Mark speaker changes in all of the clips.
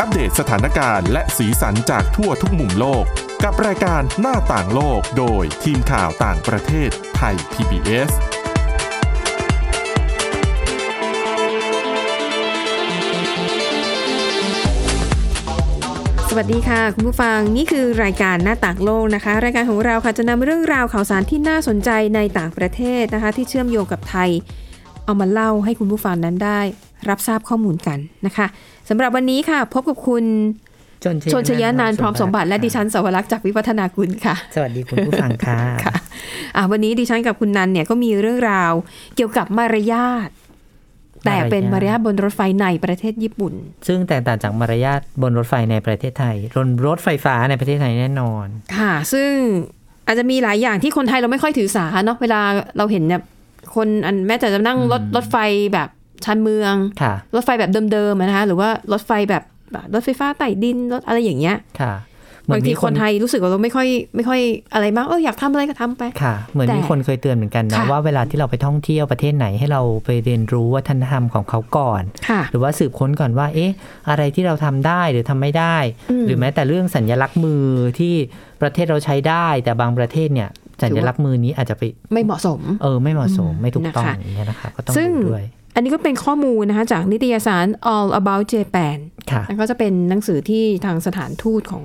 Speaker 1: อัปเดตสถานการณ์และสีสันจากทั่วทุกมุมโลก กับรายการหน้าต่างโลกโดยทีมข่าวต่างประเทศไทย PBS
Speaker 2: สวัสดีค่ะ คุณผู้ฟังนี่คือรายการหน้าต่างโลกนะคะ รายการของเราค่ะจะนำเรื่องราวข่าวสารที่น่าสนใจในต่างประเทศนะคะ ที่เชื่อมโยงกับไทย เอามาเล่าให้คุณผู้ฟังนั้นได้ รับทราบข้อมูลกันนะคะสำหรับวันนี้ค่ะ พบกับคุณ
Speaker 3: ชน
Speaker 2: ชนชยานานท์พร้อมสมบัติและดิฉันสวรักษ์จากวิวัฒนากุลค่ะ
Speaker 3: สวัสดีคุณผู้ฟังค่ะ
Speaker 2: ค่ะอ่ะวันนี้ดิฉันกับคุณนันเนี่ยก็มีเรื่องราวเกี่ยวกับมารยาท แต่เป็นมาม
Speaker 3: าร
Speaker 2: ยาย
Speaker 3: รา
Speaker 2: ท
Speaker 3: ท
Speaker 2: บนรถไฟในประเทศญี่ปุ่น
Speaker 3: ซึ่งแตกต่างจากมารยาทบนรถไฟในประเทศไทยรนรถไฟฟ้าในประเทศไทยแน่นอน
Speaker 2: ค่ะ ซึ่งอาจจะมีหลายอย่างที่คนไทยเราไม่ค่อยถือสาเนาะเวลาเราเห็นเนี่ยคนอันแม้แต่จะนั่งรถรถไฟแบบชานเมือง
Speaker 3: ค่ะ
Speaker 2: รถไฟแบบเดิมๆอะนะคะหรือว่ารถไฟแบบรถไฟฟ้าใต้ดินรถอะไรอย่างเงี้ย
Speaker 3: ค่ะเหมื
Speaker 2: บา
Speaker 3: อง น
Speaker 2: ที
Speaker 3: มี
Speaker 2: คนไทยรู้สึกว่าเราไม่ค่อยไม่ค่อยอะไรมากเอออยากทำอะไรก็ทำไป
Speaker 3: ค่ะ เหมือนมีคนเคยเตือนเหมือนกันนะ
Speaker 2: ค่ะ
Speaker 3: ว่าเวลาที่เราไปท่องเที่ยวประเทศไหนให้เราไปเรียนรู้วัฒนธรรมของเขาก่อน
Speaker 2: ค่ะ
Speaker 3: หรือว่าสืบค้นก่อนว่า เอ๊ะ อะไรที่เราทำได้หรือทำไม่ได้
Speaker 2: อืม
Speaker 3: หรือแม้แต่เรื่องสัญลักษณ์มือที่ประเทศเราใช้ได้ แต่บางประเทศเนี่ย สัญลักษณ์มือนี้อาจจะไป
Speaker 2: ไม่เหมาะสม
Speaker 3: เออไม่เหมาะสมไม่ถูกต้อง
Speaker 2: นะคะ
Speaker 3: อย่างเงี้ยนะคะก็ต้อง
Speaker 2: ซึ่ง
Speaker 3: ดูด้วย
Speaker 2: อันนี้ก็เป็นข้อมูลนะคะจากนิตยสาร All About Japan
Speaker 3: ค่ะ
Speaker 2: แล้วก็จะเป็นหนังสือที่ทางสถานทูตของ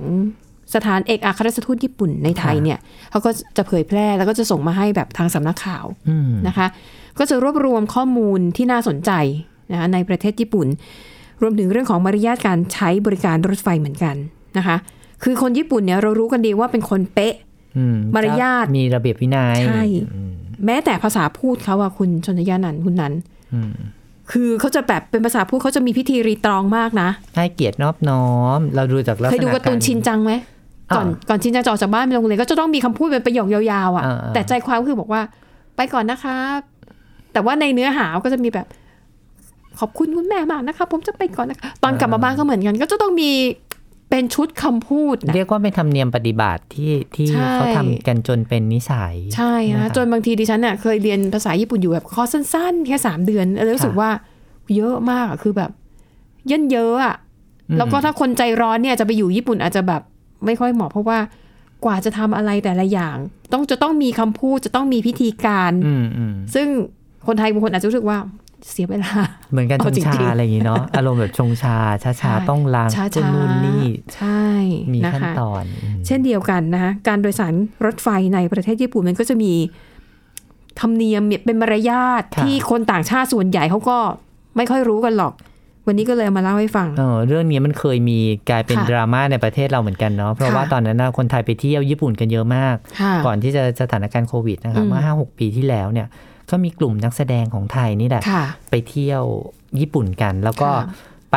Speaker 2: สถานเอกอัครราชทูตญี่ปุ่นในไทย
Speaker 3: ค่ะ
Speaker 2: เนี่ยเขาก็จะเผยแพร่แล้วก็จะส่งมาให้แบบทางสำนักข่าว
Speaker 3: อืม
Speaker 2: นะคะ ก็จะรวบรวมข้อมูลที่น่าสนใจนะคะในประเทศญี่ปุ่น รวมถึงเรื่องของมารยาทการใช้บริการรถไฟเหมือนกันนะคะ คือคนญี่ปุ่นเนี่ยเรารู้กันดีว่าเป็นคนเป๊ะ
Speaker 3: อื
Speaker 2: มารยาท
Speaker 3: มีระเบียบวินัย
Speaker 2: ใช่
Speaker 3: อืม
Speaker 2: แม้แต่ภาษาพูดเขาอะคุณชนยานันท์คุณนั้น
Speaker 3: อืม
Speaker 2: คือเขาจะแบบเป็นภาษาพูดเขาจะมีพิธีรีตรองมากนะ
Speaker 3: ให้เกียรตินอบน้อม เราดูจากลักษณะ
Speaker 2: เคยดูการ์ตูนชินจังไหมก่อนก่อนชินจังจะออกจากบ้านไปโรงเรียนก็จะต้องมีคำพูดเป็นประโยคยาวๆอ่ะ
Speaker 3: อ่าๆ
Speaker 2: แต่ใจความก็คือบอกว่าไปก่อนนะครับ แต่ว่าในเนื้อหาก็จะมีแบบ ขอบคุณคุณแม่มากนะครับผมจะไปก่อนนะคะตอนกลับมา
Speaker 3: อ่า
Speaker 2: บ้านก็เหมือนกัน ก็จะต้องมีเป็นชุดคำพูดนะ
Speaker 3: เรียกว่าเป็นธรรมเนียมปฏิบัติที่ที่
Speaker 2: ใช่
Speaker 3: เขาทำกันจนเป็นนิสัย
Speaker 2: ใช่
Speaker 3: นะ
Speaker 2: นะคะจนบางทีดิฉันน่ะเคยเรียนภาษาญี่ปุ่นอยู่แบบคอร์สสั้นๆ แค่สามเดือนแล้วรู้สึก
Speaker 3: ค่ะ
Speaker 2: ว่า เยอะมากอะคือแบบ เยินเยอะอะ
Speaker 3: อืม
Speaker 2: แล้วก็ถ้าคนใจร้อนเนี่ยจะไปอยู่ญี่ปุ่นอาจจะแบบไม่ค่อยเหมาะเพราะว่ากว่าจะทำอะไรแต่ละอย่าง ต้องจะต้องมีคำพูดจะต้องมีพิธีการ
Speaker 3: อืมอืม
Speaker 2: ซึ่งคนไทยบางคนอาจจะรู้สึกว่าเสียเวลา
Speaker 3: เหมือนกันช
Speaker 2: เอา
Speaker 3: ง
Speaker 2: จริงๆ
Speaker 3: ชาอะไรอย่างงี้เนาะ อารมณ์แบบชงชาช้า
Speaker 2: ใช่
Speaker 3: ชาต้องล้าง
Speaker 2: ช้า
Speaker 3: ต้น
Speaker 2: ๆ
Speaker 3: นู่นนี่
Speaker 2: ใช่
Speaker 3: มี
Speaker 2: ะ
Speaker 3: ขั้น
Speaker 2: คะ
Speaker 3: ตอนอืม
Speaker 2: เช่นเดียวกันนะคะการโดยสารรถไฟในประเทศญี่ปุ่นมันก็จะมีธรรมเนียมเป็นมารยาทที่คนต่างชาติส่วนใหญ่เขาก็ไม่ค่อยรู้กันหรอก วันนี้ก็เลยเอามาเล่าให้ฟัง
Speaker 3: เออเรื่องนี้มันเคยมีกลายเป็น
Speaker 2: ค่ะ
Speaker 3: ดราม่าในประเทศเราเหมือนกันเนาะเพราะ
Speaker 2: ค่ะ
Speaker 3: ว่าตอนนั้นน่ะคนไทยไปเที่ยวญี่ปุ่นกันเยอะมาก
Speaker 2: ค่ะ
Speaker 3: ก่อนที่จะสถานการณ์โควิดนะคะ
Speaker 2: อืม
Speaker 3: เมื่อห้าหกปีที่แล้วเนี่ยก็มีกลุ่มนักแสดงของไทยนี่แหละ
Speaker 2: ค่ะ
Speaker 3: ไปเที่ยวญี่ปุ่นกัน แล้วก็
Speaker 2: ค่ะ
Speaker 3: ไป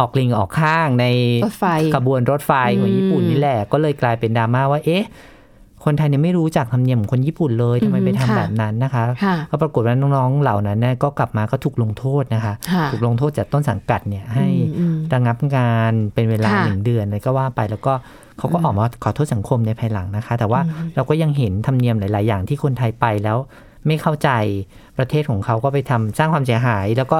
Speaker 3: ออกลิงออกข้างใน
Speaker 2: รถไฟ
Speaker 3: ขบวนรถไฟของ
Speaker 2: อืม
Speaker 3: ญี่ปุ่นนี่แหละ ก็เลยกลายเป็นดราม่าว่าเอ๊ะ คนไทยเนี่ยไม่รู้จักธรรมเนียมของคนญี่ปุ่นเลยทำไม
Speaker 2: อืม
Speaker 3: ไปทำ
Speaker 2: ค่ะ
Speaker 3: แบบนั้นนะคะ
Speaker 2: ค่ะ
Speaker 3: ก็ปรากฏว่าน้องๆเหล่านั้นเนี่ยก็กลับมาก็ถูกลงโทษนะคะ
Speaker 2: ค่ะ
Speaker 3: ถูกลงโทษจากต้นสังกัดเนี่ยให้
Speaker 2: อืมอืม
Speaker 3: ระงับงานเป็นเวลา
Speaker 2: ค่ะ
Speaker 3: หนึ่งเดือนอะไรก็ว่าไปแล้วก็เขาก็ออกมาขอโทษสังคมในภายหลังนะคะ แต่ว่าเราก็ยังเห็นธรรมเนียมหลาย ๆ อย่างที่คนไทยไปแล้ว ไม่เข้าใจประเทศของเขาก็ไปทำสร้างความเสียหาย แล้วก็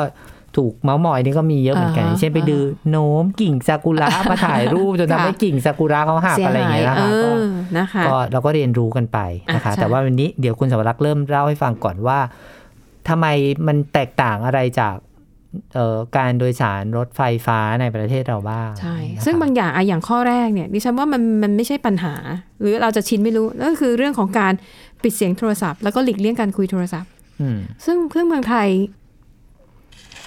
Speaker 3: ถูกเมาส์มอยนี่ก็มีเยอะเหมือนกัน
Speaker 2: อ่าฮะ
Speaker 3: เช่นไปดื้อโน้มกิ่งซากุระมาถ่ายรูปจน
Speaker 2: ค่ะ
Speaker 3: ทำให้กิ่งซากุระเขาหักอะไรอย่างเงี้ย
Speaker 2: เอ
Speaker 3: นะคะก็
Speaker 2: อนะคะ
Speaker 3: ก็เราก็เรียนรู้กันไปนะคะ
Speaker 2: อ่ะใช่
Speaker 3: แต่ว่าวันนี้เดี๋ยวคุณสวรักษ์เริ่มเล่าให้ฟังก่อนว่าทำไมมันแตกต่างอะไรจากเอ่อการโดยสารรถไฟฟ้าในประเทศเราบ้าง
Speaker 2: ใช่
Speaker 3: นะคะ
Speaker 2: ซึ่งบางอย่างอะอย่างข้อแรกเนี่ยดิฉันว่ามันมันไม่ใช่ปัญหา หรือเราจะชินไม่รู้นั่นก็คือเรื่องของการปิดเสียงโทรศัพท์แล้วก็หลีกเลี่ยงการคุยโทรศัพท์
Speaker 3: อืม
Speaker 2: ซึ่งเครื่องเมืองไทย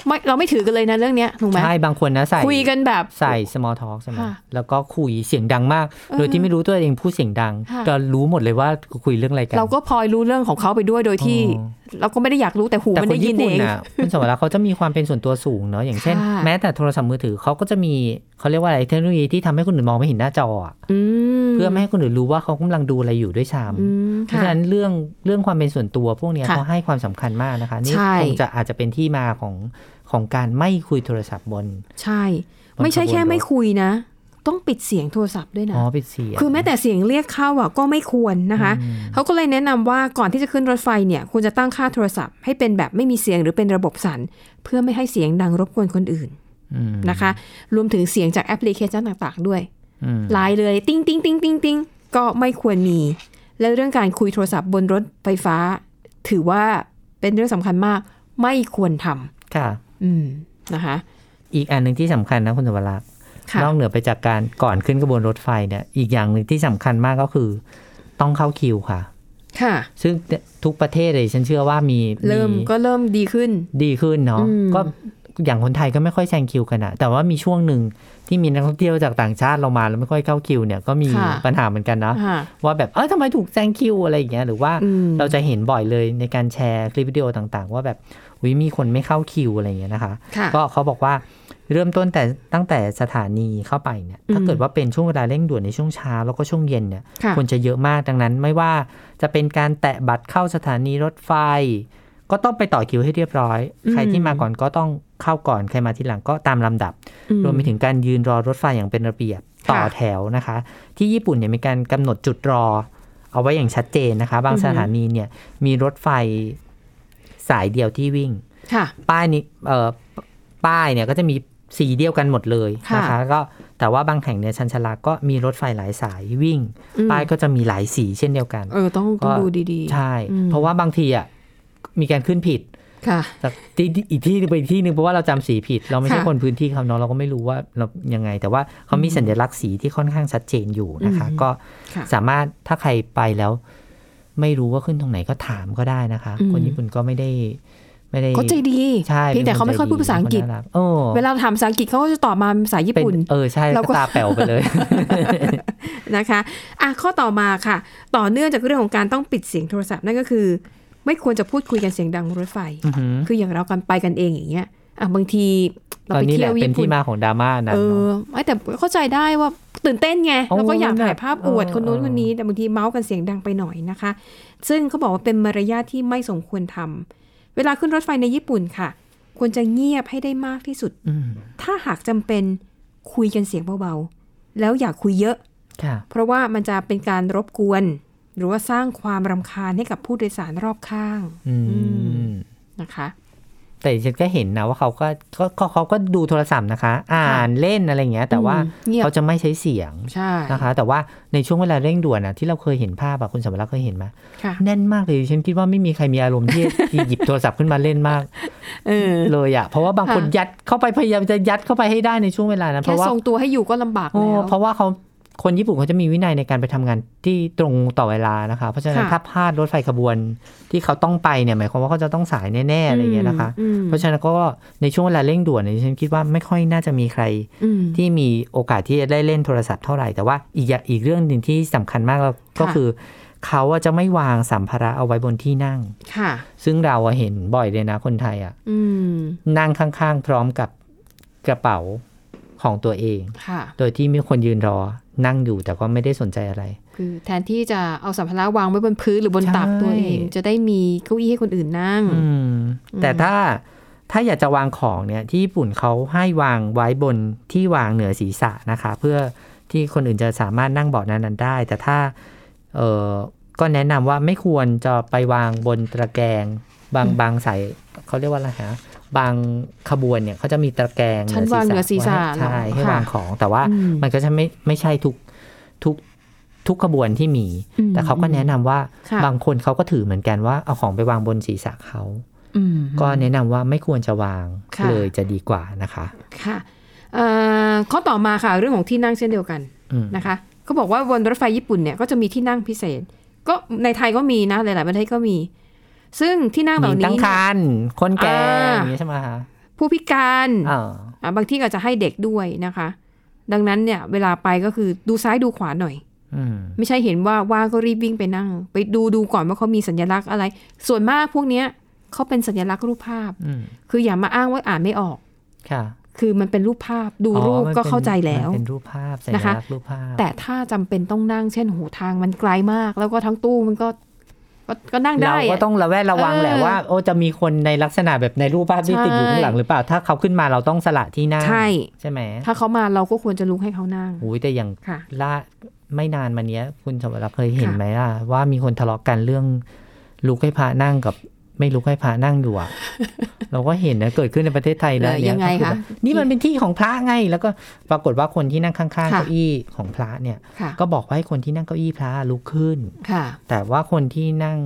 Speaker 2: ไม่เราไม่ถือกันเลยนะเรื่องเนี้ยถูกไหม
Speaker 3: ใช่บางคนนะใส่
Speaker 2: คุยกันแบบ
Speaker 3: ใส่ small talk ใช่ไหม
Speaker 2: ค่ะ
Speaker 3: แล้วก็คุยเสียงดังมาก
Speaker 2: เออ
Speaker 3: โดยที่ไม่รู้ตัวเองพูดเสียงดัง
Speaker 2: ค่ะ
Speaker 3: เรารู้หมดเลยว่าคุยเรื่องอะไรกัน
Speaker 2: เราก็พลอยรู้เรื่องของเขาไปด้วยโดยที่
Speaker 3: อ๋อ
Speaker 2: เราก็ไม่ได้อยากรู้แต่หู
Speaker 3: แต่
Speaker 2: มัน
Speaker 3: คน
Speaker 2: ได้ยิ
Speaker 3: ญี่
Speaker 2: น
Speaker 3: ปุ่
Speaker 2: เอนง
Speaker 3: น่ะ คุณสมรักษ์เขาจะมีความเป็นส่วนตัวสูงเนาะ อย่างเช่น
Speaker 2: ค่ะ
Speaker 3: แม้แต่โทรศัพท์มือถือเขาก็จะมีเขาเรียกว่าอะไรเทคโนโลยีที่ทำให้คนอื่นมองไม่เห็นหน้าจออะ
Speaker 2: อืม
Speaker 3: เพื่อไม่ให้คนอื่นรู้ว่าเขากำลังดูอะไรอยู่ด้วย
Speaker 2: อ
Speaker 3: ซ้
Speaker 2: ืม
Speaker 3: ำเพราะ
Speaker 2: ค่ะ
Speaker 3: ฉะนั้นเรื่องเรื่องความเป็นส่วนตัวพวกเนี้ย
Speaker 2: ค่ะ
Speaker 3: เขาให้ความสำคัญมากนะคะ นี่
Speaker 2: ใช่
Speaker 3: คงจะอาจจะเป็นที่มาของของการไม่คุยโทรศัพท์บน
Speaker 2: ใช่
Speaker 3: มัน
Speaker 2: ไม่ใช่
Speaker 3: ขบวน
Speaker 2: แค่
Speaker 3: รถ
Speaker 2: ไม่คุยนะ ต้องปิดเสียงโทรศัพท์ด้วยนะ
Speaker 3: อ๋อปิดเสียง
Speaker 2: คือแม้แต่เสียงเรียกเข้าอ่ะก็ไม่ควรนะคะ เขาก็เลยแนะนำว่าก่อนที่จะขึ้นรถไฟเนี่ยควรจะตั้งค่าโทรศัพท์ให้เป็นแบบไม่มีเสียงหรือเป็นระบบสั่นเพื่อไม่ให้เสียงดังรบกวนคนอื่น
Speaker 3: อืม
Speaker 2: นะคะ รวมถึงเสียงจากแอปพลิเคชันต่างๆ ด้วย
Speaker 3: อืม
Speaker 2: ไลน์เลย ติ้งติ้งติ้งติ้งติ้งก็ไม่ควรมี และเรื่องการคุยโทรศัพท์บนรถไฟฟ้า ถือว่าเป็นเรื่องสำคัญมาก ไม่ควรท
Speaker 3: ค่ะ
Speaker 2: ำอืมนะคะ
Speaker 3: อีกอันหนึ่งที่สำคัญนะคุณสวรักษ์
Speaker 2: ค่ะ
Speaker 3: นอกเหนือไปจากการก่อนขึ้นกระบวนรถไฟเนี่ย อีกอย่างหนึ่งที่สำคัญมากก็คือ ต้องเข้าคิวค่ะ
Speaker 2: ค่ะ
Speaker 3: ซึ่งทุกประเทศเลยฉันเชื่อว่ามี
Speaker 2: เริ่มก็เริ่มดีขึ้น
Speaker 3: ดีขึ้นเนาะ
Speaker 2: อืม
Speaker 3: ก็อย่างคนไทยก็ไม่ค่อยแซงคิวกันอะแต่ว่ามีช่วงหนึ่งที่มีนักท่องเที่ยวจากต่างชาติเรามาแล้วไม่ค่อยเข้าคิวเนี่ยก็มีปัญหาเหมือนกันนะ
Speaker 2: ค่ะ
Speaker 3: ว่าแบบ เออทำไมถูกแซงคิวอะไรอย่างเงี้ย หรือว่า
Speaker 2: อืม
Speaker 3: เราจะเห็นบ่อยเลยในการแชร์คลิปวิดีโอต่างๆ ว่าแบบวิมีคนไม่เข้าคิวอะไรอย่างเงี้ยนะคะ
Speaker 2: ค่ะ
Speaker 3: ก็เขาบอกว่าเริ่มต้นแต่ตั้งแต่สถานีเข้าไปเนี่ยถ้า
Speaker 2: อืม
Speaker 3: เกิดว่าเป็นช่วงเวลาเร่งด่วนในช่วงเช้าแล้วก็ช่วงเย็นเนี่ย
Speaker 2: ค่ะ
Speaker 3: คนจะเยอะมากดังนั้นไม่ว่าจะเป็นการแตะบัตรเข้าสถานีรถไฟ ก็ต้องไปต่อคิวให้เรียบร้อย
Speaker 2: อืม
Speaker 3: ใครที่มาก่อนก็ต้องเข้าก่อนใครมาทีหลังก็ตามลำดับ
Speaker 2: อื
Speaker 3: รวมไปถึงการยืนรอรถไฟอย่างเป็นระเบียบ
Speaker 2: ค่ะ
Speaker 3: ต่อแถวนะคะ ที่ญี่ปุ่นเนี่ยมีการกำหนดจุดรอ เอาไว้อย่างชัดเจนนะคะ บาง
Speaker 2: อือหื
Speaker 3: ส
Speaker 2: อ
Speaker 3: ถานีเนี่ยมีรถไฟสายเดียวที่วิ่ง
Speaker 2: ค่ะ
Speaker 3: ป้ายนี้เอ่อป้ายเนี่ยก็จะมีสีเดียวกันหมดเลยนะคะ
Speaker 2: ค่ะ
Speaker 3: ก็แต่ว่าบางแห่งเนี่ยชันชาลาก็มีรถไฟหลายสายวิ่ง
Speaker 2: อืม
Speaker 3: ป้ายก็จะมีหลายสีเช่นเดียวกัน
Speaker 2: เออต้องต้องดูดีๆ
Speaker 3: ใช่
Speaker 2: อืม
Speaker 3: เพราะว่าบางทีอ่ะมีการขึ้นผิด
Speaker 2: ค่ะ
Speaker 3: จากที่อีกที่หนึ่งไปอีกที่หนึ่งเพราะว่าเราจำสีผิด เราไม่ใช่
Speaker 2: ค่ะ
Speaker 3: คนพื้นที่เขาเนาะเราก็ไม่รู้ว่าเรายังไง แต่ว่าเขามีสัญลักษณ์สีที่ค่อนข้างชัดเจนอยู่นะคะ
Speaker 2: อืม
Speaker 3: ก็
Speaker 2: ค่ะ
Speaker 3: สามารถถ้าใครไปแล้ว ไม่รู้ว่าขึ้นตรงไหนก็ถามก็ได้นะคะ คนญี่ปุ่นก็ไม่ได้ ไม่ได้
Speaker 2: เขาใจดี
Speaker 3: ใช่
Speaker 2: เพียงแต่เขาไม่ค่อยพูดภาษาอังกฤษ
Speaker 3: เป็นคนน่รัเออ
Speaker 2: เวลาถามภาษาอังกฤษเขาก็จะตอบมาภาษาญี่
Speaker 3: เป็น
Speaker 2: ปุ่น
Speaker 3: เออใช่
Speaker 2: เราก็
Speaker 3: ก็ตาแป๋วไปเลย
Speaker 2: นะคะอ่ะข้อต่อมาค่ะ ต่อเนื่องจากเรื่องของการต้องปิดเสียงโทรศัพท์นั่นก็คือ ไม่ควรจะพูดคุยกันเสียงดังบนรถไฟ
Speaker 3: อื้อหือ
Speaker 2: คืออย่างเรากันไปกันเองอย่างเงี้ยอ่ะบางทีเรา
Speaker 3: ตอน
Speaker 2: ไป
Speaker 3: นี้แห
Speaker 2: เที่
Speaker 3: ละ
Speaker 2: ยว
Speaker 3: เป็น
Speaker 2: ญี่
Speaker 3: ที่
Speaker 2: ปุ่น
Speaker 3: มาของดราม่านั้น
Speaker 2: เอ
Speaker 3: เน
Speaker 2: อ
Speaker 3: อะ
Speaker 2: ไม่แต่เข้าใจได้ว่าตื่นเต้นไง
Speaker 3: โอ้
Speaker 2: แล้วก็อยากถ่ายภาพอวด
Speaker 3: เออ
Speaker 2: คนนู้น
Speaker 3: เออ
Speaker 2: คนนี้ แต่บางทีเมาส์กันเสียงดังไปหน่อยนะคะ ซึ่งเขาบอกว่าเป็นมารยาทที่ไม่สมควรทำเวลาขึ้นรถไฟในญี่ปุ่นค่ะ ควรจะเงียบให้ได้มากที่สุด
Speaker 3: อืม
Speaker 2: ถ้าหากจำเป็นคุยกันเสียงเบาๆแล้วอย่าคุยเยอะ
Speaker 3: ค่ะ
Speaker 2: เพราะว่ามันจะเป็นการรบกวน หรือว่าสร้างความรำคาญให้กับผู้โดยสารรอบข้าง
Speaker 3: อืม
Speaker 2: นะคะ
Speaker 3: แต่ฉันก็เห็นนะว่าเขาก็ก็ก็เขาก็ดูโทรศัพท์นะคะ อ่านเล่นอะไรอย่างเงี้ย แต่ว่า
Speaker 2: อืมเงียบ
Speaker 3: เขาจะไม่ใช้เสียง
Speaker 2: ใช่
Speaker 3: นะคะ แต่ว่าในช่วงเวลาเร่งด่วนนะที่เราเคยเห็นภาพอะคุณสมรักษ์เคยเห็นไหม
Speaker 2: ค่ะ
Speaker 3: แน่นมากเลยฉันคิดว่าไม่มีใครมีอารมณ์ที่ ที่ หยิบโทรศัพท์ขึ้นมาเล่นมาก
Speaker 2: เออ
Speaker 3: เลยอะเพราะว่าบางคน
Speaker 2: ค่ะ
Speaker 3: ยัดเข้าไปพยายามจะยัดเข้าไปให้ได้ในช่วงเวลานั้นเพ
Speaker 2: แค่
Speaker 3: ราะว่า
Speaker 2: ทรงตัวให้อยู่ก็ลำบาก
Speaker 3: โอ้
Speaker 2: แล้ว
Speaker 3: เพราะว่าเขาคนญี่ปุ่นเขาจะมีวินัยในการไปทำงานที่ตรงต่อเวลานะคะ เพราะฉะนั้น
Speaker 2: ค่ะ
Speaker 3: ถ้าพลาดรถไฟขบวนที่เขาต้องไปเนี่ยหมายความว่าเขาจะต้องสายแน่ๆอะไรอย่างเงี้ยนะคะ
Speaker 2: อืม
Speaker 3: เพราะฉะนั้นก็ในช่วงเวลาเร่งด่วนเนี่ยฉันคิดว่าไม่ค่อยน่าจะมีใคร
Speaker 2: อืม
Speaker 3: ที่มีโอกาสที่จะได้เล่นโทรศัพท์เท่าไหร่ แต่ว่าอีกอย่างอีกเรื่องหนึ่งที่สำคัญมากแล้วก็
Speaker 2: ค่ะ
Speaker 3: คือ เขาอะจะไม่วางสัมภาระเอาไว้บนที่นั่ง
Speaker 2: ค่ะ
Speaker 3: ซึ่งเราอะเห็นบ่อยเลยนะคนไทยอะ
Speaker 2: อืม
Speaker 3: นั่งข้างๆ พร้อมกับกระเป๋าของตัวเอง
Speaker 2: ค่ะ
Speaker 3: โดยที่มีคนยืนรอนั่งอยู่แต่ก็ไม่ได้สนใจอะไร
Speaker 2: คือแทนที่จะเอาสัมภาระวางไว้บนพื้นหรือบน
Speaker 3: ใช่
Speaker 2: ตักตัวเอง จะได้มีเก้าอี้ให้คนอื่นนั่ง
Speaker 3: อืมแต่ถ้าถ้าอยากจะวางของเนี่ยที่ญี่ปุ่นเขาให้วางไว้บนที่วางเหนือศีรษะนะคะ เพื่อที่คนอื่นจะสามารถนั่งเบาะนั้นๆได้ แต่ถ้าเออก็แนะนำว่าไม่ควรจะไปวางบนตะแกรงบางบางสายเขาเรียกว่าอะไรฮะบางขบวนเนี่ยเขาจะมีตะแกรง
Speaker 2: ชั้นวางเหนือศีรษะ
Speaker 3: ไว้ใช่
Speaker 2: เหรอ
Speaker 3: ให้
Speaker 2: ค่ะ
Speaker 3: วางของแต่ว่า
Speaker 2: อืม
Speaker 3: มันก็จะไม่ไม่ใช่ทุกทุกทุกขบวนที่มี
Speaker 2: อืม
Speaker 3: แต่เขาก็แนะนำว่า
Speaker 2: ค่ะ
Speaker 3: บางคนเขาก็ถือเหมือนกันว่าเอาของไปวางบนศีรษะเขา
Speaker 2: อืม
Speaker 3: ก็แนะนำว่าไม่ควรจะวาง
Speaker 2: ค่ะ
Speaker 3: เลยจะดีกว่านะคะ
Speaker 2: ค่ะเอ่อข้อต่อมาค่ะเรื่องของที่นั่งเช่นเดียวกัน
Speaker 3: อืม
Speaker 2: นะคะเขาบอกว่าบนรถไฟญี่ปุ่นเนี่ยก็จะมีที่นั่งพิเศษ ก็ในไทยก็มีนะหลาย ๆ ประเทศก็มี ซึ่งที่นั่งเห
Speaker 3: มี
Speaker 2: ล่า
Speaker 3: ตั้
Speaker 2: นี้
Speaker 3: งคันคนแก่
Speaker 2: อ่า
Speaker 3: อย่างนี้ยใช่ไหมคะ
Speaker 2: ผู้พิการ
Speaker 3: เออ
Speaker 2: อ่ะบางที่ก็จะให้เด็กด้วยนะคะ ดังนั้นเนี่ยเวลาไปก็คือดูซ้ายดูขวาหน่อย
Speaker 3: อืม
Speaker 2: ไม่ใช่เห็นว่าว่างก็รีบวิ่งไปนั่ง ไปดูดูก่อนว่าเขามีสัญลักษณ์อะไร ส่วนมากพวกเนี้ยเขาเป็นสัญลักษณ์รูปภาพ
Speaker 3: อืม
Speaker 2: คืออย่ามาอ้างว่าอ่านไม่ออก
Speaker 3: ค่ะ
Speaker 2: คือมันเป็นรูปภาพดู
Speaker 3: อ๋อ
Speaker 2: รูป
Speaker 3: มัน
Speaker 2: ก็
Speaker 3: น
Speaker 2: เข้าใจแล้ว
Speaker 3: มันเป็นรูปภาพสัญ
Speaker 2: นะคะ
Speaker 3: ลักษณ์รูปภาพ
Speaker 2: แต่ถ้าจำเป็นต้องนั่งเช่นโหทางมันไกลมาก แล้วก็ทั้งตู้มันก็ก็ก็นั่ง
Speaker 3: เรา
Speaker 2: ได้
Speaker 3: ก็
Speaker 2: อะ
Speaker 3: ต้องระแวดระวัง
Speaker 2: เออ
Speaker 3: แหละว่า โอ้จะมีคนในลักษณะแบบในรูปภาพที่
Speaker 2: ใช่
Speaker 3: ติดอยู่ข้างหลังหรือเปล่า ถ้าเขาขึ้นมาเราต้องสละที่นั่ง
Speaker 2: ใช่
Speaker 3: ใช่ไหม
Speaker 2: ถ้าเขามาเราก็ควรจะลุกให้เขานั่ง
Speaker 3: โอ้ยแต่อย่าง
Speaker 2: ค่ะ
Speaker 3: ล่าไม่นานมา เนี้ย คุณสมรักษ์เคยเห็น
Speaker 2: ค่ะ
Speaker 3: ไหมล่ะว่ามีคนทะเลาะกันเรื่องลุกให้พระนั่งกับ ไม่ลุกให้พระนั่งอยู่ อะเราก็เห็นนะเกิดขึ้นในประเทศไทยนะ
Speaker 2: เออ
Speaker 3: เนี่
Speaker 2: ยังไง
Speaker 3: ก็อ
Speaker 2: คะ
Speaker 3: แบบนี่มันเป็นที่ของพระไง แล้วก็ปรากฏว่าคนที่นั่งข้างๆ
Speaker 2: ค่ะ
Speaker 3: เก้าอี้ของพระเนี่ย
Speaker 2: ค่ะ
Speaker 3: ก็บอกว่าให้คนที่นั่งเก้าอี้พระลุกขึ้น
Speaker 2: ค่ะ
Speaker 3: แต่ว่าคนที่นั่ง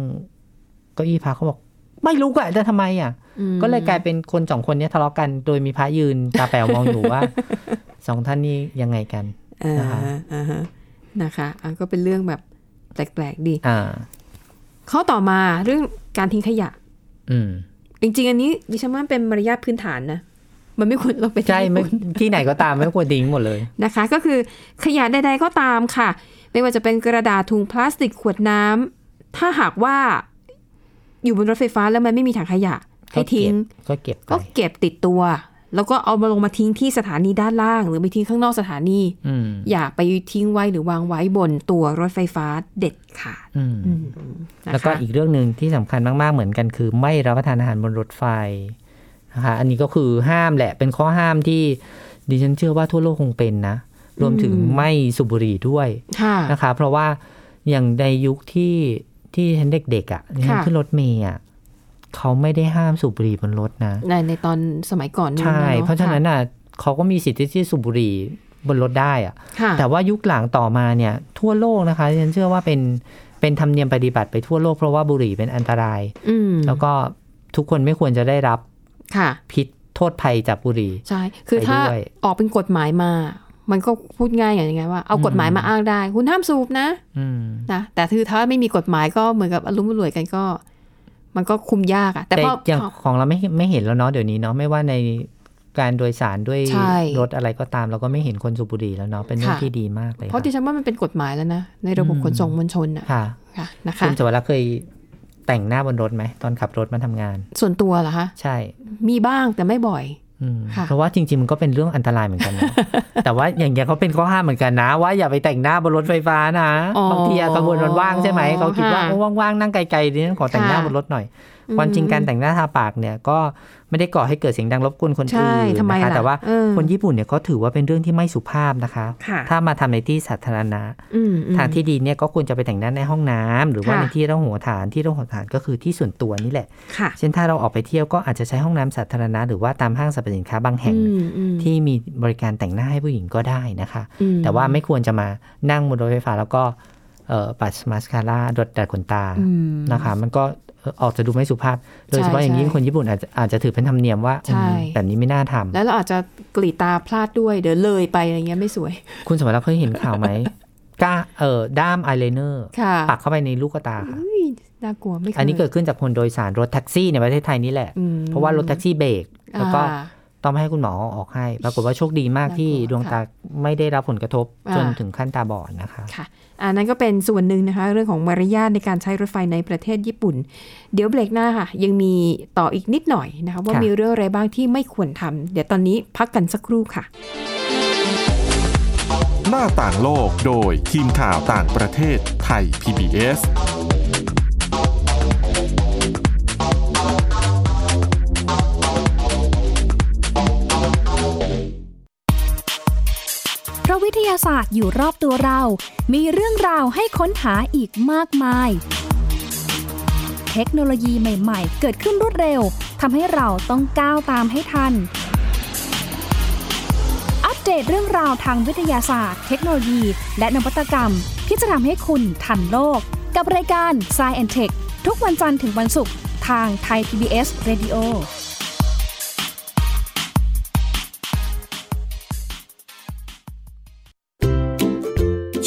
Speaker 3: เก้าอี้พระเขาบอก ไม่ลุกอะจะทำไมอะ
Speaker 2: อืม
Speaker 3: ก็เลยกลายเป็นคนสองคนเนี้ทะเลาะกัน โดยมีพระยืนตาแป๋วมองอยู่ ว่า สองท่านนี้ยังไงกัน
Speaker 2: อ่า
Speaker 3: นะคะ
Speaker 2: อ่าฮะนะคะอ่ะก็เป็นเรื่องแบบแปลกๆดี
Speaker 3: อ่า
Speaker 2: ข้อต่อมาเรื่องการทิ้งขยะ
Speaker 3: อืม
Speaker 2: จริงๆ อันนี้ดิฉันว่าเป็นมารยาทพื้นฐานนะ มันไม่ควรต้องไปน
Speaker 3: ใช่ไม่
Speaker 2: ญี่ปุ่น
Speaker 3: ที่ไหนก็ตามไม่ควรทิ้งหมดเลย
Speaker 2: นะคะก็คือขยะใดๆก็ตามค่ะ ไม่ว่าจะเป็นกระดาษถุงพลาสติกขวดน้ำถ้าหากว่าอยู่บนรถไฟฟ้าแล้วมันไม่มีถังขยะ ให้ทิ้ง
Speaker 3: ก็เก็บก็
Speaker 2: ก็
Speaker 3: เก็บไป
Speaker 2: เก็บติดตัว แล้วก็เอามาลงมาทิ้งที่สถานีด้านล่าง หรือไปทิ้งข้างนอกสถานี
Speaker 3: อืม
Speaker 2: อย่าไปทิ้งไว้หรือวางไว้บนตัวรถไฟฟ้าเด็ดขาด
Speaker 3: อืม
Speaker 2: นะคะ
Speaker 3: แล้วก็อีกเรื่องหนึ่งที่สำคัญมาก ๆ เหมือนกันคือ ไม่รับประทานอาหารบนรถไฟนะคะอันนี้ก็คือห้ามแหละเป็นข้อห้ามที่ดิฉันเชื่อว่าทั่วโลกคงเป็นนะ รวมถึงไม่สูบบุหรี่ด้วย
Speaker 2: ค่ะ
Speaker 3: นะคะเพราะว่าอย่างในยุคที่ที่ฉันเด็กๆอะ่ะฉัน
Speaker 2: ค่ะ
Speaker 3: ขึ้นรถเมย์อ่ะเขาไม่ได้ห้ามสูบบุหรี่บนรถนะ
Speaker 2: ในในตอนสมัยก่อนนู่น
Speaker 3: ใช่
Speaker 2: อ
Speaker 3: เพราะฉะนั้นอ่ะเขาก็มีสิทธิ์ที่จะสูบบุหรี่บนรถได้อ่ะ
Speaker 2: ค่ะ
Speaker 3: แต่ว่ายุคหลังต่อมาเนี่ยทั่วโลกนะคะฉันเชื่อว่าเป็นเป็นธรรมเนียมปฏิบัติไปทั่วโลกเพราะว่าบุหรี่เป็นอันตราย
Speaker 2: อืม
Speaker 3: แล้วก็ทุกคนไม่ควรจะได้รับ
Speaker 2: ค่ะ
Speaker 3: พิษโทษภัยจากบุหรี่
Speaker 2: ใช่ คือถ้า
Speaker 3: ไปด้วย
Speaker 2: ออกเป็นกฎหมายมา มันก็พูดง่ายอย่างไงว่า เอากฎหมายมาอ้างได้ คุณห้ามสูบนะ
Speaker 3: อืม
Speaker 2: นะ แต่คือถ้าไม่มีกฎหมายก็เหมือนกับอารมณ์รวยกันก็ มันก็คุมยากอะแต่
Speaker 3: แต่
Speaker 2: พอ
Speaker 3: อย่าง
Speaker 2: พอ
Speaker 3: ของเราไม่ไม่เห็นแล้วเนาะเดี๋ยวนี้เนาะไม่ว่าในการโดยสารด้วย
Speaker 2: ใช่
Speaker 3: รถอะไรก็ตาม เราก็ไม่เห็นคนสูบบุหรี่แล้วเนาะเป็นเรื่อง
Speaker 2: ค่ะ
Speaker 3: ที่ดีมากเลย
Speaker 2: เพ
Speaker 3: ค่ะ
Speaker 2: ราะดิฉันว่ามันเป็นกฎหมายแล้วนะ ในระบบ
Speaker 3: อืม
Speaker 2: ขนส่งมวลชนอะ
Speaker 3: ค่ะ
Speaker 2: ค่ะนะคะ
Speaker 3: คุณจวรักษ์เคยแต่งหน้าบนรถไหม ตอนขับรถมาทำงาน
Speaker 2: ส่วนตัวเหรอคะ
Speaker 3: ใช่
Speaker 2: มีบ้างแต่ไม่บ่อย
Speaker 3: อืม
Speaker 2: ค่ะ
Speaker 3: เพราะว่าจริง ๆ มันก็เป็นเรื่องอันตรายเหมือน กันนะ แต่ว่าอย่างเงี้ยเขาเป็นข้อห้ามเหมือนกันนะ ว่าอย่าไปแต่งหน้าบนรถไฟฟ้านะ
Speaker 2: อ๋อบ
Speaker 3: างทีอะขบวนรถว่างใช่ไหมเขาคิดว่า
Speaker 2: ค่ะ
Speaker 3: เออว่างๆนั่งไกลๆดิฉันขอแต่งหน้า
Speaker 2: ค่ะ
Speaker 3: บนรถหน่อย ความจริงการแต่งหน้าทาปากเนี่ยก็ไม่ได้ก่อให้เกิดเสียงดังรบกวนคน
Speaker 2: ใช่
Speaker 3: อื่น
Speaker 2: ทำไม
Speaker 3: นะคะ
Speaker 2: ล่ะ
Speaker 3: แต่ว่า
Speaker 2: เออ
Speaker 3: คนญี่ปุ่นเนี่ยเขาถือว่าเป็นเรื่องที่ไม่สุภาพนะคะ
Speaker 2: ค่ะ
Speaker 3: ถ้ามาทำในที่สาธารณะ
Speaker 2: อืมอืม
Speaker 3: ทางที่ดีเนี่ยก็ควรจะไปแต่งหน้าในห้องน้ำหรือว่า
Speaker 2: ค่ะ
Speaker 3: ในที่ร่องหัวฐานที่ร่องหัวฐานก็คือที่ส่วนตัวนี่แหละ
Speaker 2: ค่ะ
Speaker 3: เช่นถ้าเราออกไปเที่ยวก็อาจจะใช้ห้องน้ำสาธารณะ หรือว่าตามห้างสรรพสินค้าบางแห่ง
Speaker 2: อืมอืม
Speaker 3: ที่มีบริการแต่งหน้าให้ผู้หญิงก็ได้นะคะ
Speaker 2: อืม
Speaker 3: แต่ว่าไม่ควรจะมานั่งบนรถไฟฟ้าแล้วก็เอ่อปัดมาสคาร่าดดดัดขนตา
Speaker 2: อืม
Speaker 3: นะคะ มันก็เอ่อออกจะดูไม่สุภาพ โดยเฉพาะ
Speaker 2: ใช่
Speaker 3: อย่างยิ่งคนญี่ปุ่นอาจจะอาจจะถือเป็นธรรมเนียมว่า
Speaker 2: ใช่
Speaker 3: อืมแบบนี้ไม่น่าทำ
Speaker 2: แล้วเราอาจจะกรีดตาพลาดด้วย เดี๋ยวเลยไปอะไรเงี้ยไม่สวย
Speaker 3: คุณสมรักษ์เคยเห็นข่าวไหม ก้าเอ่อด้ามอายไลเนอร์
Speaker 2: ค่ะ
Speaker 3: ปักเข้าไปในลูกตาค่ะ
Speaker 2: อุ้ยน่ากลัวไม่เคย
Speaker 3: อันนี้เกิดขึ้นจากคนโดยสารรถแท็กซี่ในประเทศไทยนี่แหละ
Speaker 2: อืม
Speaker 3: เพราะว่ารถแท็กซี่เบรกแล้วก็
Speaker 2: อ่า
Speaker 3: ต้องให้คุณหมอเอาออกให้ ปรากฏว่าโชคดีมาก
Speaker 2: น่ากลัว
Speaker 3: ที่ดวงตาไม่ได้รับผลกระทบ
Speaker 2: อ่า
Speaker 3: จนถึงขั้นตาบอดนะคะ
Speaker 2: ค่ะอันนั้นก็เป็นส่วนหนึ่งนะคะ เรื่องของมารยาทในการใช้รถไฟในประเทศญี่ปุ่น เดี๋ยวเบรกหน้าค่ะ ยังมีต่ออีกนิดหน่อยนะคะ ว่า
Speaker 3: ค่ะ
Speaker 2: มีเรื่องอะไรบ้างที่ไม่ควรทำเดี๋ยวตอนนี้พักกันสักครู่ค่ะ
Speaker 1: หน้าต่างโลกโดยทีมข่าวต่างประเทศไทย PBS
Speaker 4: เพราะวิทยาศาสตร์อยู่รอบตัวเรา มีเรื่องราวให้ค้นหาอีกมากมาย เทคโนโลยีใหม่ ๆ เกิดขึ้นรวดเร็ว ทำให้เราต้องก้าวตามให้ทัน อัปเดตเรื่องราวทางวิทยาศาสตร์ เทคโนโลยี และนวัตกรรม ที่จะทำให้คุณทันโลก กับรายการ s c i e n t e c h ทุกวันจันทร์ถึงวันศุกร์ทางไทย PBS Radio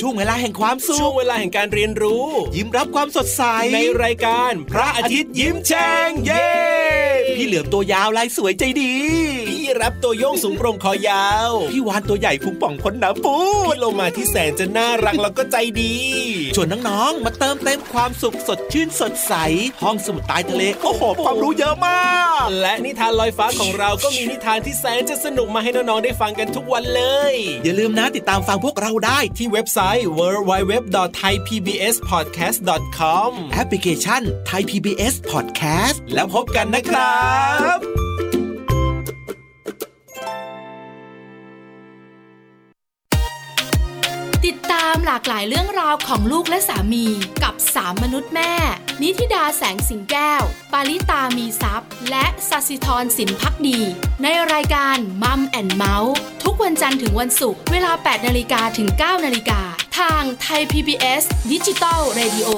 Speaker 5: ช่วงเวลาแห่งความสุ
Speaker 6: ช่ว
Speaker 5: ข
Speaker 6: งเวลาแห่งการเรียนรู้
Speaker 5: ยิ้มรับความสดใส
Speaker 6: ในรายการพระอาทิตย์ยิ้มแฉ่งเย้
Speaker 5: พี่เหลือมตัวยาวลายสวยใจดี
Speaker 6: พี่รับตัวโยงสูงโปร่งคอยาว
Speaker 5: พี่วานตัวใหญ่พุงป่องพ้นน้ำปู
Speaker 6: พี่
Speaker 5: ด
Speaker 6: โลมาที่แสนจะน่ารักแล้วก็ใจดี
Speaker 5: ชวนน้องๆมาเติมเต็มความสุขสดชื่นสดใส ห้องสมุดใตายทะเลโอ้โหความรู้เยอะมาก
Speaker 6: และนิทานลอยฟ้าของเราก็มีนิทานที่แสนจะสนุกมาให้น้องๆได้ฟังกันทุกวันเลย
Speaker 5: อย่าลืมนะติดตามฟังพวกเราได้ที่
Speaker 6: ที่เว็บไซต์ www.thaipbspodcast.com
Speaker 5: แอปพลิเคชันไทย PBS Podcast
Speaker 6: แล้วพบกันนะครับ
Speaker 7: ต ติดตามหลากหลายเรื่องราวของลูกและสามีกับสามมนุษย์แม่ นิธิดาแสงสิงแก้ว ปาริตามีซัพย์ และสัสิธรสินพักดี ในรายการมัมแอนเมาส์ทุกวันจันทร์ถึงวันศุกร์เวลา 8นาฬิกาถึง 9นาฬิกาทางไทย PBS ดิจิตอล Radio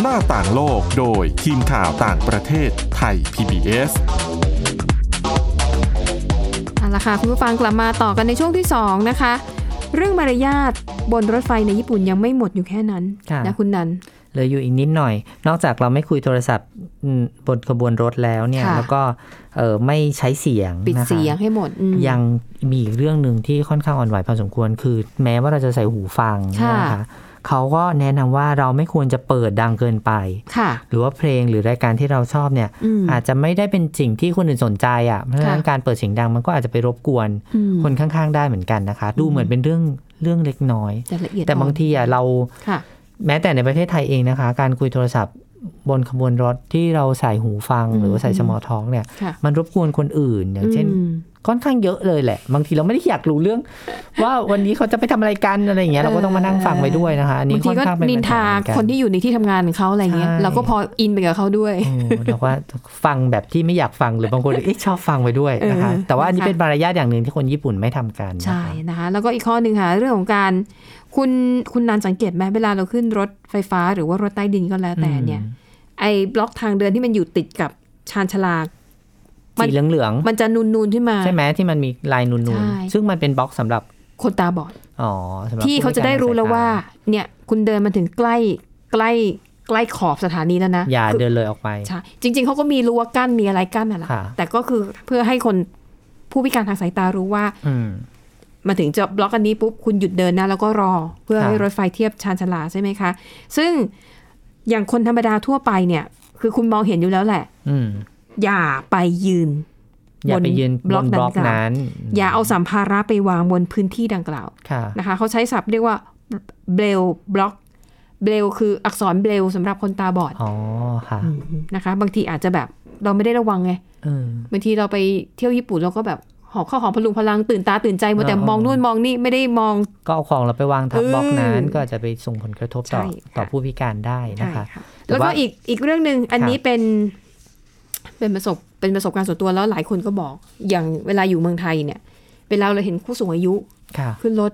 Speaker 1: หน้าต่างโลกโดยทีมข่าวต่างประเทศไทย PBS
Speaker 2: เอาละค่ะคุณผู้ฟังกลับมาต่อกันในช่วงที่ 2 นะคะ เรื่องมารยาทบนรถไฟในญี่ปุ่นยังไม่หมดอยู่แค่นั้น
Speaker 3: ค่ะ
Speaker 2: นะคุณนัน
Speaker 3: เหลยอยู่อีกนิดหน่อย นอกจากเราไม่คุยโทรศัพท์อืมบนขบวนรถแล้วเนี่ย
Speaker 2: ค่ะ
Speaker 3: แล้วก็เอ่อไม่ใช้เสียง
Speaker 2: ปิด
Speaker 3: นะคะ
Speaker 2: เสียงให้หมดอืม
Speaker 3: ยังมีอีกเรื่องหนึ่งที่ค่อนข้างอ่อนไหวพอสมควร คือแม้ว่าเราจะใส่หูฟัง
Speaker 2: ค่ะ
Speaker 3: นะคะเขาก็แนะนำว่าเราไม่ควรจะเปิดดังเกินไป
Speaker 2: ค่ะ
Speaker 3: หรือว่าเพลงหรือรายการที่เราชอบเนี่ย
Speaker 2: อืม
Speaker 3: อาจจะไม่ได้เป็นสิ่งที่คนอื่นสนใจอ่ะเพราะฉะนั้น
Speaker 2: ค่ะ
Speaker 3: การเปิดเสียงดังมันก็อาจจะไปรบกวน
Speaker 2: อืม
Speaker 3: คนข้างๆได้เหมือนกันนะคะ ดูเหมือนเป็นเรื่องเรื่องเล็กน้อย
Speaker 2: แต่ละเอียด
Speaker 3: แต่บางทีอ่ะเรา
Speaker 2: ค่ะ
Speaker 3: แม้แต่ในประเทศไทยเองนะคะ การคุยโทรศัพท์บนขบวนรถที่เราใส่หูฟัง
Speaker 2: อืม
Speaker 3: หรือว่าใส่
Speaker 2: อืม
Speaker 3: สมอท้องเนี่ย
Speaker 2: ค่ะ
Speaker 3: มันรบกวนคนอื่น อย่างเช่น
Speaker 2: อืม
Speaker 3: ค่อนข้างเยอะเลยแหละ บางทีเราไม่ได้อยากรู้เรื่อง ว่าวันนี้เขาจะไปทำอะไรกันอะไรอย่างเงี้ยเราก็ต้องมานั่งฟังไปด้วยนะคะอันนี้
Speaker 2: บางที
Speaker 3: ค่อ
Speaker 2: ก็
Speaker 3: นข้างเป็น
Speaker 2: นิน
Speaker 3: ปัญห
Speaker 2: ทา
Speaker 3: เหมือกั
Speaker 2: คนที่อยู่ในที่ทำงานของเขาอะไรเงี้ย
Speaker 3: ใช่
Speaker 2: เราก็พออินไปกับเขาด้วย
Speaker 3: โอ้เราก็ฟังแบบที่ไม่อยากฟังหรือบางคนเอ๊ะชอบฟังไปด้วยนะคะ
Speaker 2: เออ
Speaker 3: แต่ว่าอันนี้
Speaker 2: นะคะ
Speaker 3: เป็นมารยาทอย่างหนึ่งที่คนญี่ปุ่นไม่ทำกันนะคะ
Speaker 2: ใช่นะคะ แล้วก็อีกข้อหนึ่งค่ะ เรื่องของการคุณคุณนันสังเกตไหมเวลาเราขึ้นรถไฟฟ้าหรือว่ารถใต้ดินก็แล้วแต่เนี่ย ไอ้บล็อกทางเดินที่มันอยู่ติดกับชานชาลา มัน
Speaker 3: สีเหลือง
Speaker 2: มันจะนูนๆขึ้นมา
Speaker 3: ๆใช่ไหมที่มันมีลายนู
Speaker 2: ใช่
Speaker 3: นๆซึ่งมันเป็นบล็อกสำหรับ
Speaker 2: คนตาบอด
Speaker 3: อ๋อสำหรับ
Speaker 2: ที่เขาจะได้รู้แล้วว่า เนี่ยคุณเดินมาถึงใกล้ใกล้ใกล้ขอบสถานีแล้วนะ
Speaker 3: อย่า
Speaker 2: คือ
Speaker 3: เดินเลยออกไป
Speaker 2: ใช่จริง ๆเขาก็มีรั้วกั้นมีอะไรกั้นน่ะแหละ
Speaker 3: ค่ะ
Speaker 2: แต่ก็คือเพื่อให้คนผู้พิการทางสายตารู้ว่า
Speaker 3: อืม
Speaker 2: มาถึงจะบล็อกอันนี้ปุ๊บคุณหยุดเดินนะ แล้วก็รอ เพื่อ
Speaker 3: ค่ะ
Speaker 2: ให้รถไฟเทียบชานชาลาใช่ไหมคะ ซึ่งอย่างคนธรรมดาทั่วไปเนี่ย คือคุณมองเห็นอยู่แล้วแหละ
Speaker 3: อืม
Speaker 2: อย่าไปยืน
Speaker 3: อย่าไปยืนบล็อกบล็อก
Speaker 2: ดังล่าว
Speaker 3: นั้น
Speaker 2: อย่าเอาสัมภาระไปวางบนพื้นที่ดังกล่าว
Speaker 3: ค่ะ
Speaker 2: นะคะเขาใช้ศัพท์เรียกว่าเบลบล็อกเบลคืออักษรเบลสำหรับคนตาบอด
Speaker 3: อ๋อค่ะ
Speaker 2: นะคะ บางทีอาจจะแบบเราไม่ได้ระวังไง
Speaker 3: เออ
Speaker 2: บางทีเราไปเที่ยวญี่ปุ่นเราก็แบบหอบข้าวหอมพลุงพลังตื่นตาตื่นใจหมาแต่
Speaker 3: เออ
Speaker 2: มองนู่นมองนี่ไม่ได้มอง
Speaker 3: ก็เอาของเราไปวางทับบล็อกนั้น
Speaker 2: อืม
Speaker 3: ก็อาจจะไปส่งผลกระทบต่อ
Speaker 2: ใช่ค่ะ
Speaker 3: ต่อผู้พิการได้นะคะ
Speaker 2: ใช่
Speaker 3: แต่
Speaker 2: แล้วก็
Speaker 3: ว่า
Speaker 2: อีกอีกเรื่องหนึ่งอัน
Speaker 3: ค่ะ
Speaker 2: นี้เป็นเป็นประสบเป็นประสบการณ์ส่วนตัวแล้วหลายคนก็บอก อย่างเวลาอยู่เมืองไทยเนี่ย เวลาเราเห็นผู้สูงอายุ
Speaker 3: ค่ะ
Speaker 2: ขึ้นรถ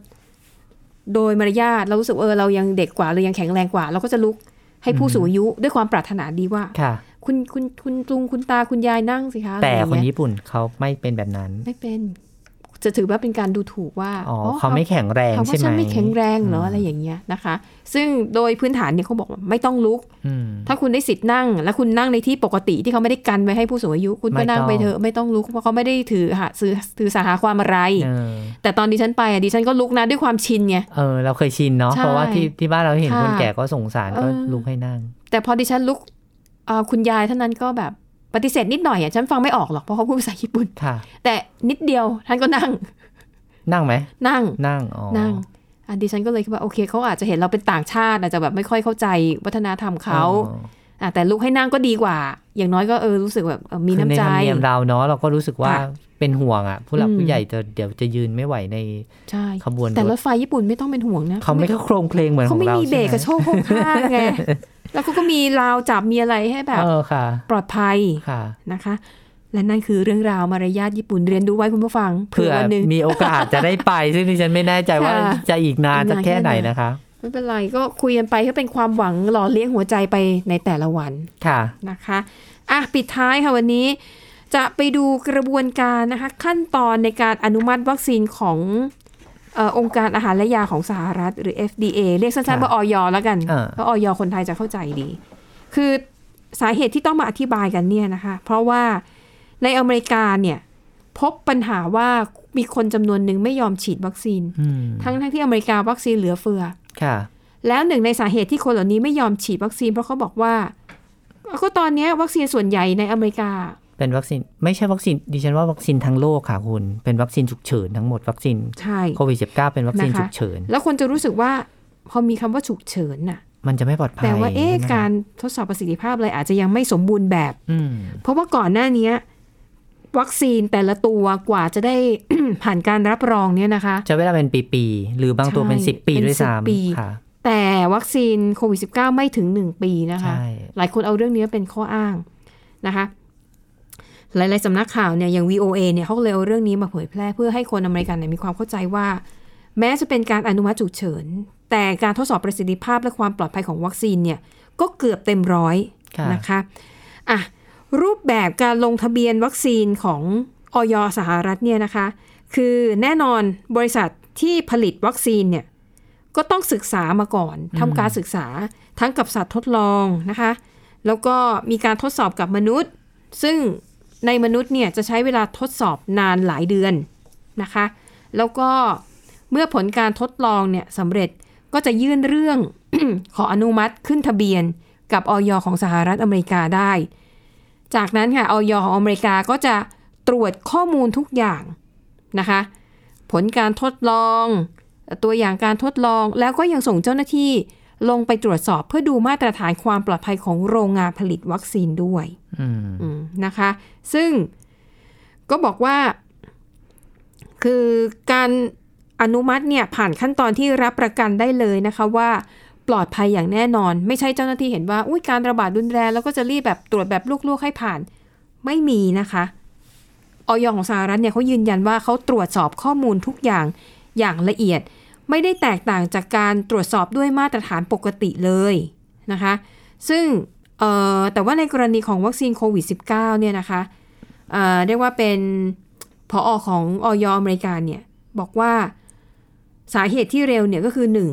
Speaker 2: โดยมารยาทเรารู้สึกว่าเออเรายังเด็กกว่าเรายังแข็งแรงกว่า เราก็จะลุกให้ผู้สูงอายุด้วยความปรารถนาดีว่า
Speaker 3: ค่ะ
Speaker 2: คุณคุณคุณลุงคุณตาคุณยายนั่งสิคะ
Speaker 3: แต่
Speaker 2: อะไร
Speaker 3: คน
Speaker 2: อย่างเงี้ย
Speaker 3: ญี่ปุ่นเขาไม่เป็นแบบนั้น
Speaker 2: ไม่เป็น จะถือว่าเป็นการดูถูกว่า
Speaker 3: อ๋อ
Speaker 2: อ๋อ
Speaker 3: เขาไม่แข็งแรง
Speaker 2: เขา
Speaker 3: ใช่
Speaker 2: ว่า
Speaker 3: ไหม
Speaker 2: ฉันไม่แข็งแรงเหรอ
Speaker 3: ม
Speaker 2: อะไรอย่างเงี้ยนะคะ ซึ่งโดยพื้นฐานเนี่ยเขาบอกว่าไม่ต้องลุก
Speaker 3: อืม
Speaker 2: ถ้าคุณได้สิทธิ์นั่ง และคุณนั่งในที่ปกติที่เขาไม่ได้กันไว้ให้ผู้สูงอายุ คุณ
Speaker 3: ไม่
Speaker 2: ก็นั่ง
Speaker 3: ต้อง
Speaker 2: ไปเถอะไม่ต้องลุกเพราะเขาไม่ได้ถือหาถือถือสาหาความอะไร
Speaker 3: เออ
Speaker 2: แต่ตอนดิฉันไปอ่ะดิฉันก็ลุกนะด้วยความชินไง
Speaker 3: เออเราเคยชินเนาะ
Speaker 2: ใช่
Speaker 3: เพราะว่าที่ที่บ้านเราเห็น
Speaker 2: ค่ะ
Speaker 3: คนแก่ก็สงสารก็
Speaker 2: เออ
Speaker 3: ลุกให้นั่ง
Speaker 2: แต่พอดิฉันลุกเอ่อคุณยายท่านนั้นก็แบบปฏิเสธนิดหน่อยอ่ะฉันฟังไม่ออกหรอกเพราะเขาพูดภาษาญี่ปุ่น
Speaker 3: ค่ะ
Speaker 2: แต่นิดเดียวท่านก็นั่ง
Speaker 3: นั่งไหม
Speaker 2: นั่ง
Speaker 3: นั่งอ๋อ
Speaker 2: นั่งอ่ะดิฉันก็เลยคิดว่าโอเคเขาอาจจะเห็นเราเป็นต่างชาติอาจจะแบบไม่ค่อยเข้าใจวัฒนธรรมเขา
Speaker 3: ออ
Speaker 2: อ่ะแต่ลุกให้นั่งก็ดีกว่า อย่างน้อยก็เออรู้สึกแบบเออมี
Speaker 3: คือ
Speaker 2: น้ำใจ
Speaker 3: ธรรมเนียมเราเนาะเราก็รู้สึกว่า
Speaker 2: ค่ะ
Speaker 3: เป็นห่วงอ่ะ ผู้หลัก
Speaker 2: อืม
Speaker 3: ผู้ใหญ่จะเดี๋ยวจะยืนไม่ไหวใน
Speaker 2: ใช่
Speaker 3: ขบวน
Speaker 2: แต่
Speaker 3: ร
Speaker 2: ร
Speaker 3: ถ
Speaker 2: ถไฟญี่ปุ่นไม่ต้องเป็นห่วงนะ
Speaker 3: เขาไม่ก็โครงเคลงเหมือนข
Speaker 2: เขา
Speaker 3: อง
Speaker 2: ไม่
Speaker 3: เรา
Speaker 2: มีเบรกกระ
Speaker 3: ใช่ไหม
Speaker 2: โชกโคกข้างไงแล้วเขาก็มีราวจับมีอะไรให้แบบ
Speaker 3: เออค่ะ
Speaker 2: ปลอดภัย
Speaker 3: ค่ะ
Speaker 2: นะคะ และนั่นคือเรื่องราวมารยาทญี่ปุ่นเรียนรู้ไว้คุณผู้ฟังเผื่
Speaker 3: เผื่
Speaker 2: อ
Speaker 3: อ
Speaker 2: วันหนึ่ง
Speaker 3: มีโอกาสจะได้ไป ซึ่งดิฉันไม่แน่ใจว่า
Speaker 2: ค่ะ
Speaker 3: จะอีกนาน
Speaker 2: อีกนาน
Speaker 3: สักแค่ไหน
Speaker 2: แค่ไหน
Speaker 3: นะคะ
Speaker 2: ไม่เป็นไรก็คุยกันไปก็เป็นความหวังหล่อเลี้ยงหัวใจไปในแต่ละวัน
Speaker 3: ค่ะ
Speaker 2: นะคะอ่ะปิดท้ายค่ะวันนี้จะไปดูกระบวนการนะคะขั้นตอนในการอนุมัติวัคซีนของเออองค์การอาหารและยาของสหรัฐ หรือ FDA เรียกสั้นๆ
Speaker 3: ค่ะ
Speaker 2: ว่าออยแล้วกัน
Speaker 3: อ่า
Speaker 2: เพราะออยคนไทยจะเข้าใจดี คือสาเหตุที่ต้องมาอธิบายกันเนี่ยนะคะ เพราะว่าในอเมริกาเนี่ยพบปัญหาว่ามีคนจำนวนหนึ่งไม่ยอมฉีดวัคซีน
Speaker 3: อืม
Speaker 2: ทั้งๆที่อเมริกาวัคซีนเหลือเฟือ
Speaker 3: ค่ะ
Speaker 2: แล้วหนึ่งในสาเหตุที่คนเหล่านี้ไม่ยอมฉีดวัคซีนเพราะเขาบอกว่า ก็ตอนเนี้ยวัคซีนส่วนใหญ่ในอเมริกา
Speaker 3: เป็นวัคซีนไม่ใช่วัคซีนดิฉันว่าวัคซีนทั้งโลกค่ะคุณ เป็นวัคซีนฉุกเฉินทั้งหมดวัคซีน
Speaker 2: ใช่
Speaker 3: โควิด -19 เป็นวัคซีน
Speaker 2: นะคะ
Speaker 3: ฉุกเฉิน
Speaker 2: แล้วคนจะรู้สึกว่า พอมีคำว่าฉุกเฉินน่ะ
Speaker 3: มันจะไม่ปลอดภัย
Speaker 2: แต่ว่าเอ๊ะ
Speaker 3: ใช่ไหม
Speaker 2: การทดสอบประสิทธิภาพอะไรอาจจะยังไม่สมบูรณ์แบบ
Speaker 3: อืม
Speaker 2: เพราะว่าก่อนหน้าเนี้ย วัคซีนแต่ละตัวกว่าจะได้ ผ่านการรับรองเนี่ยนะคะ
Speaker 3: จะเวลาเป็นปีๆหรือบางตัวเป็น
Speaker 2: ใช่
Speaker 3: 10 ปี
Speaker 2: เป็น
Speaker 3: ด้วย
Speaker 2: สิบปี
Speaker 3: ซ้ำค่ะ
Speaker 2: แต่วัคซีนโควิด -19 ไม่ถึง 1 ปีนะคะ
Speaker 3: ใช่
Speaker 2: หลายคนเอาเรื่องนี้เป็นข้ออ้างนะคะ หลาย ๆสำนักข่าวเนี่ยอย่าง VOA เนี่ยเขาเลยเอาเรื่องนี้มาเผยแพร่เพื่อให้คนอเมริกันเนี่ยมีความเข้าใจว่า แม้จะเป็นการอนุมัติฉุกเฉิน แต่การทดสอบประสิทธิภาพและความปลอดภัยของวัคซีนเนี่ยก็เกือบเต็มร้อย
Speaker 3: ค่ะ
Speaker 2: นะคะอ่ะรูปแบบการลงทะเบียนวัคซีนของออยสหรัฐเนี่ยนะคะ คือแน่นอนบริษัทที่ผลิตวัคซีนเนี่ย ก็ต้องศึกษามาก่อนทำการศึกษาทั้งกับสัตว์ทดลองนะคะ แล้วก็มีการทดสอบกับมนุษย์ ซึ่งในมนุษย์เนี่ยจะใช้เวลาทดสอบนานหลายเดือนนะคะ แล้วก็เมื่อผลการทดลองเนี่ยสำเร็จก็จะยื่นเรื่อง ขออนุมัติขึ้นทะเบียนกับออยของสหรัฐอเมริกาได้ จากนั้นค่ะออยของอเมริกาก็จะตรวจข้อมูลทุกอย่างนะคะ ผลการทดลอง ตัวอย่างการทดลองแล้วก็ยังส่งเจ้าหน้าที่ลงไปตรวจสอบเพื่อดูมาตรฐานความปลอดภัยของโรงงานผลิตวัคซีนด้วย
Speaker 3: อืม
Speaker 2: อืมนะคะ ซึ่งก็บอกว่า คือการอนุมัติเนี่ยผ่านขั้นตอนที่รับประกันได้เลยนะคะว่าปลอดภัยอย่างแน่นอน ไม่ใช่เจ้าหน้าที่เห็นว่า อุ้ยการระบาดรุนแรงแล้วก็จะรีบแบบตรวจแบบลวกๆให้ผ่านไม่มีนะคะออยของสหรัฐเนี่ยเขายืนยันว่าเขาตรวจสอบข้อมูลทุกอย่างอย่างละเอียด ไม่ได้แตกต่างจากการตรวจสอบด้วยมาตรฐานปกติเลยนะคะ ซึ่งเอ่อแต่ว่าในกรณีของวัคซีนโควิด -19 เนี่ยนะคะเอ่อเรียกว่าเป็นพออของออยอเมริกาเนี่ย บอกว่าสาเหตุที่เร็วเนี่ยก็คือหนึ่ง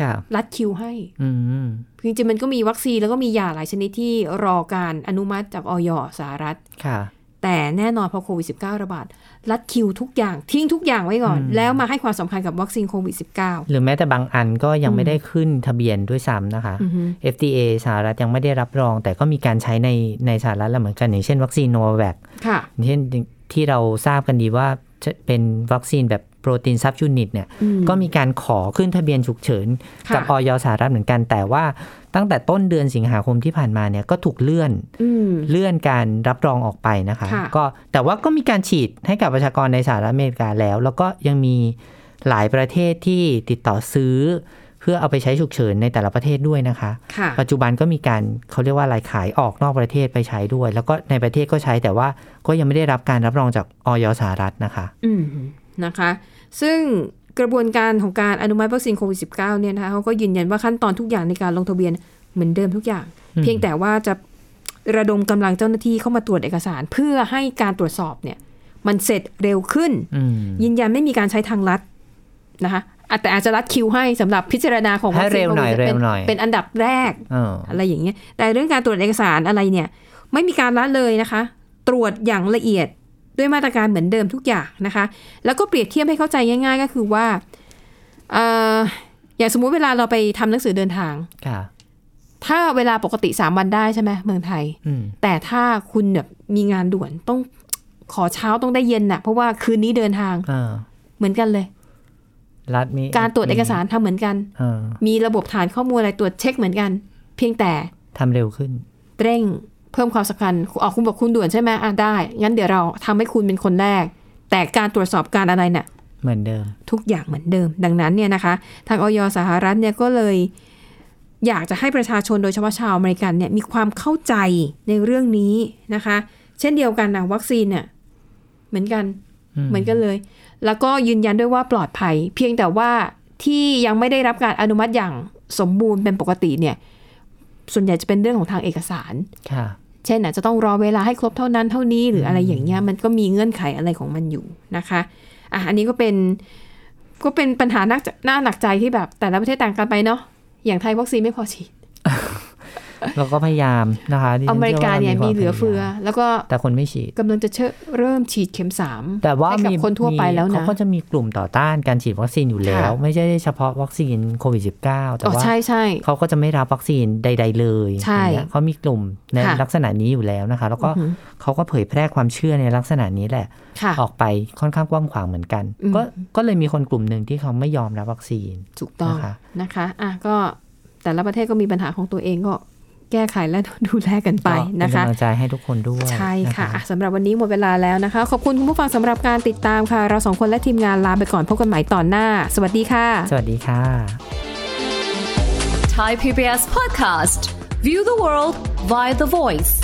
Speaker 3: ค่ะ
Speaker 2: รัดคิวให้
Speaker 3: อืม
Speaker 2: คือจริงๆมันก็มีวัคซีนแล้วก็มียาหลายชนิดที่รอการอนุมัติจากออยสหรัฐ
Speaker 3: ค่ะ
Speaker 2: แต่แน่นอนพอโควิด -19 ระบาด รัดคิวทุกอย่างทิ้งทุกอย่างไว้ก่อน
Speaker 3: อืม
Speaker 2: แล้วมาให้ความสำคัญกับวัคซีนโควิด -19
Speaker 3: หรือแม้แต่บางอันก็ยังไม่ได้ขึ้นทะเบียนด้วยซ้ำนะคะ
Speaker 2: อือฮึ
Speaker 3: FDA สหรัฐยังไม่ได้รับรอง แต่ก็มีการใช้ในในสหรัฐแล้วเหมือนกันอย่างเช่นวัคซีนโนวาแวค
Speaker 2: ค่ะ
Speaker 3: เช่นที่เราทราบกันดีว่าจะเป็นวัคซีนแบบโปรตีนซับยูนิตเนี่ย
Speaker 2: อืม
Speaker 3: ก็มีการขอขึ้นทะเบียนฉุกเฉิน
Speaker 2: ค่ะ
Speaker 3: กับออยสหรัฐเหมือนกัน แต่ว่าตั้งแต่ต้นเดือนสิงหาคมที่ผ่านมาเนี่ยก็ถูกเลื่อน
Speaker 2: อืม
Speaker 3: เลื่อนการรับรองออกไปนะคะ
Speaker 2: ค่ะ
Speaker 3: ก็แต่ว่าก็มีการฉีดให้กับประชากรในสหรัฐอเมริกาแล้ว แล้วก็ยังมีหลายประเทศที่ติดต่อซื้อ เพื่อเอาไปใช้ฉุกเฉินในแต่ละประเทศด้วยนะคะ
Speaker 2: ค่ะ
Speaker 3: ปัจจุบันก็มีการเขาเรียกว่าอะไรขายออกนอกประเทศไปใช้ด้วย แล้วก็ในประเทศก็ใช้แต่ว่าก็ยังไม่ได้รับการรับรองจากออยสหรัฐนะคะ
Speaker 2: อืมนะคะ ซึ่งกระบวนการของการอนุมัติวัคซีนโควิด -19 เนี่ยนะคะเขาก็ยืนยันว่าขั้นตอนทุกอย่างในการลงทะเบียนเหมือนเดิมทุกอย่าง
Speaker 3: อืม
Speaker 2: เพียงแต่ว่าจะระดมกำลังเจ้าหน้าที่เข้ามาตรวจเอกสาร เพื่อให้การตรวจสอบเนี่ย มันเสร็จเร็วขึ้น
Speaker 3: อืม
Speaker 2: ยืนยันไม่มีการใช้ทางลัดนะคะอ่ะแต่อาจจะรัดคิวให้สำหรับพิจารณาของวัค
Speaker 3: ให้
Speaker 2: ซี
Speaker 3: เร็
Speaker 2: น
Speaker 3: ว
Speaker 2: โค
Speaker 3: หน่
Speaker 2: วิ
Speaker 3: อย
Speaker 2: ด
Speaker 3: เร็
Speaker 2: เป็น
Speaker 3: วหน่อย
Speaker 2: เป็นอันดับแรก
Speaker 3: เออ
Speaker 2: อะไรอย่างเงี้ย แต่เรื่องการตรวจเอกสารอะไรเนี่ย ไม่มีการละเลยนะคะ ตรวจอย่างละเอียดด้วยมาตรการเหมือนเดิมทุกอย่างนะคะ แล้วก็เปรียบเทียบให้เข้าใจง่าย ๆ ก็คือว่าเอ่ออย่างสมมุติเวลาเราไปทำหนังสือเดินทาง
Speaker 3: ค่ะ
Speaker 2: ถ้าเวลาปกติ 3 วันได้ใช่ไหมเมืองไทย
Speaker 3: อืม
Speaker 2: แต่ถ้าคุณแบบมีงานด่วนต้องขอเช้าต้องได้เย็นน่ะ เพราะว่าคืนนี้เดินทาง
Speaker 3: อ่า
Speaker 2: เหมือนกันเลย
Speaker 3: รัฐมี
Speaker 2: การตรวจเอกสารทำเหมือนกัน
Speaker 3: เออ
Speaker 2: มีระบบฐานข้อมูลอะไรตรวจเช็คเหมือนกัน เพียงแต่
Speaker 3: ทำเร็วขึ้น
Speaker 2: เร่งเพิ่มความสำคัญออกคุณบอกคุณด่วนใช่ไหมอ่ะได้ งั้นเดี๋ยวเราทำให้คุณเป็นคนแรก แต่การตรวจสอบการอะไรเนี่ย
Speaker 3: เหมือนเดิม
Speaker 2: ทุกอย่างเหมือนเดิม ดังนั้นเนี่ยนะคะ ทางออยสหรัฐเนี่ยก็เลยอยากจะให้ประชาชนโดยเฉพาะชาวอเมริกันเนี่ยมีความเข้าใจในเรื่องนี้นะคะ เช่นเดียวกันนะวัคซีนเนี่ยเหมือนกัน
Speaker 3: อืม
Speaker 2: เหมือนกันเลย แล้วก็ยืนยันด้วยว่าปลอดภัย เพียงแต่ว่าที่ยังไม่ได้รับการอนุมัติอย่างสมบูรณ์เป็นปกติเนี่ยส่วนใหญ่จะเป็นเรื่องของทางเอกสาร
Speaker 3: ค่ะ
Speaker 2: เช่นอาจจะต้องรอเวลาให้ครบเท่านั้นเท่านี้หรืออะไรอย่างเงี้ยมันก็มีเงื่อนไขอะไรของมันอยู่นะคะอ่ะอันนี้ก็เป็นก็เป็นปัญหาหนักหน้าหนักใจที่แบบ แต่ละประเทศต่างกันไปเนาะอย่างไทยวัคซีนไม่พอฉีด
Speaker 3: เราก็พยายามนะคะดิฉั
Speaker 2: อเมริกา
Speaker 3: ชื่ว่
Speaker 2: เนี่ย
Speaker 3: คว
Speaker 2: มีเหลือเฟือ
Speaker 3: พยายา
Speaker 2: แล้วก็
Speaker 3: มแต่คนไม่ฉีด
Speaker 2: กำลังจะเชเริ่มฉีดเข็มสาม
Speaker 3: แต่ว่า
Speaker 2: ให้กับ
Speaker 3: มี
Speaker 2: คนทั่วไปแล้ว
Speaker 3: เขา
Speaker 2: นะ
Speaker 3: ก็จะมีกลุ่มต่อต้านการฉีดวัคซีนอยู่แล้ว
Speaker 2: ค่ะ
Speaker 3: ไม่ใช่เฉพาะวัคซีนโควิด -19 แต่
Speaker 2: อ๋อ
Speaker 3: ว่า
Speaker 2: ใช่ใช่
Speaker 3: เขาก็จะไม่รับวัคซีนใด ๆ เลย
Speaker 2: ใช่
Speaker 3: อย่างเงี้ยเขามีกลุ่มใน
Speaker 2: ค่ะ
Speaker 3: ลักษณะนี้อยู่แล้วนะคะ แล้วก็
Speaker 2: อือหือ
Speaker 3: เขาก็เผยแพร่ความเชื่อในลักษณะนี้แหละ
Speaker 2: ค่ะ
Speaker 3: ออกไปค่อนข้างกว้างขวางเหมือนกัน
Speaker 2: อืม
Speaker 3: ก็ก็เลยมีคนกลุ่มหนึ่งที่เขาไม่ยอมรับวัคซีน
Speaker 2: ถูกต้อง
Speaker 3: นะคะ
Speaker 2: นะคะอ่ะก็แต่ละประเทศก็มีปัญหาของตัวเองก็ แก้ไขและ ดูแลกันไป
Speaker 3: ก็เป็
Speaker 2: นะ
Speaker 3: น
Speaker 2: คะ
Speaker 3: กำลังใจให้ทุกคนด้วย
Speaker 2: ใช่ค่ะ
Speaker 3: น
Speaker 2: อ่ะสำหรับวันนี้หมดเวลาแล้วนะคะ ขอบคุณคุณผู้ฟังสำหรับการติดตามค่ะ เราสองคนและทีมงานลาไปก่อนพบกันใหม่ตอนหน้า สวัสดีค่ะ
Speaker 3: สวัสดีค่ะ
Speaker 4: Thai PBS podcast. View the world via the voice.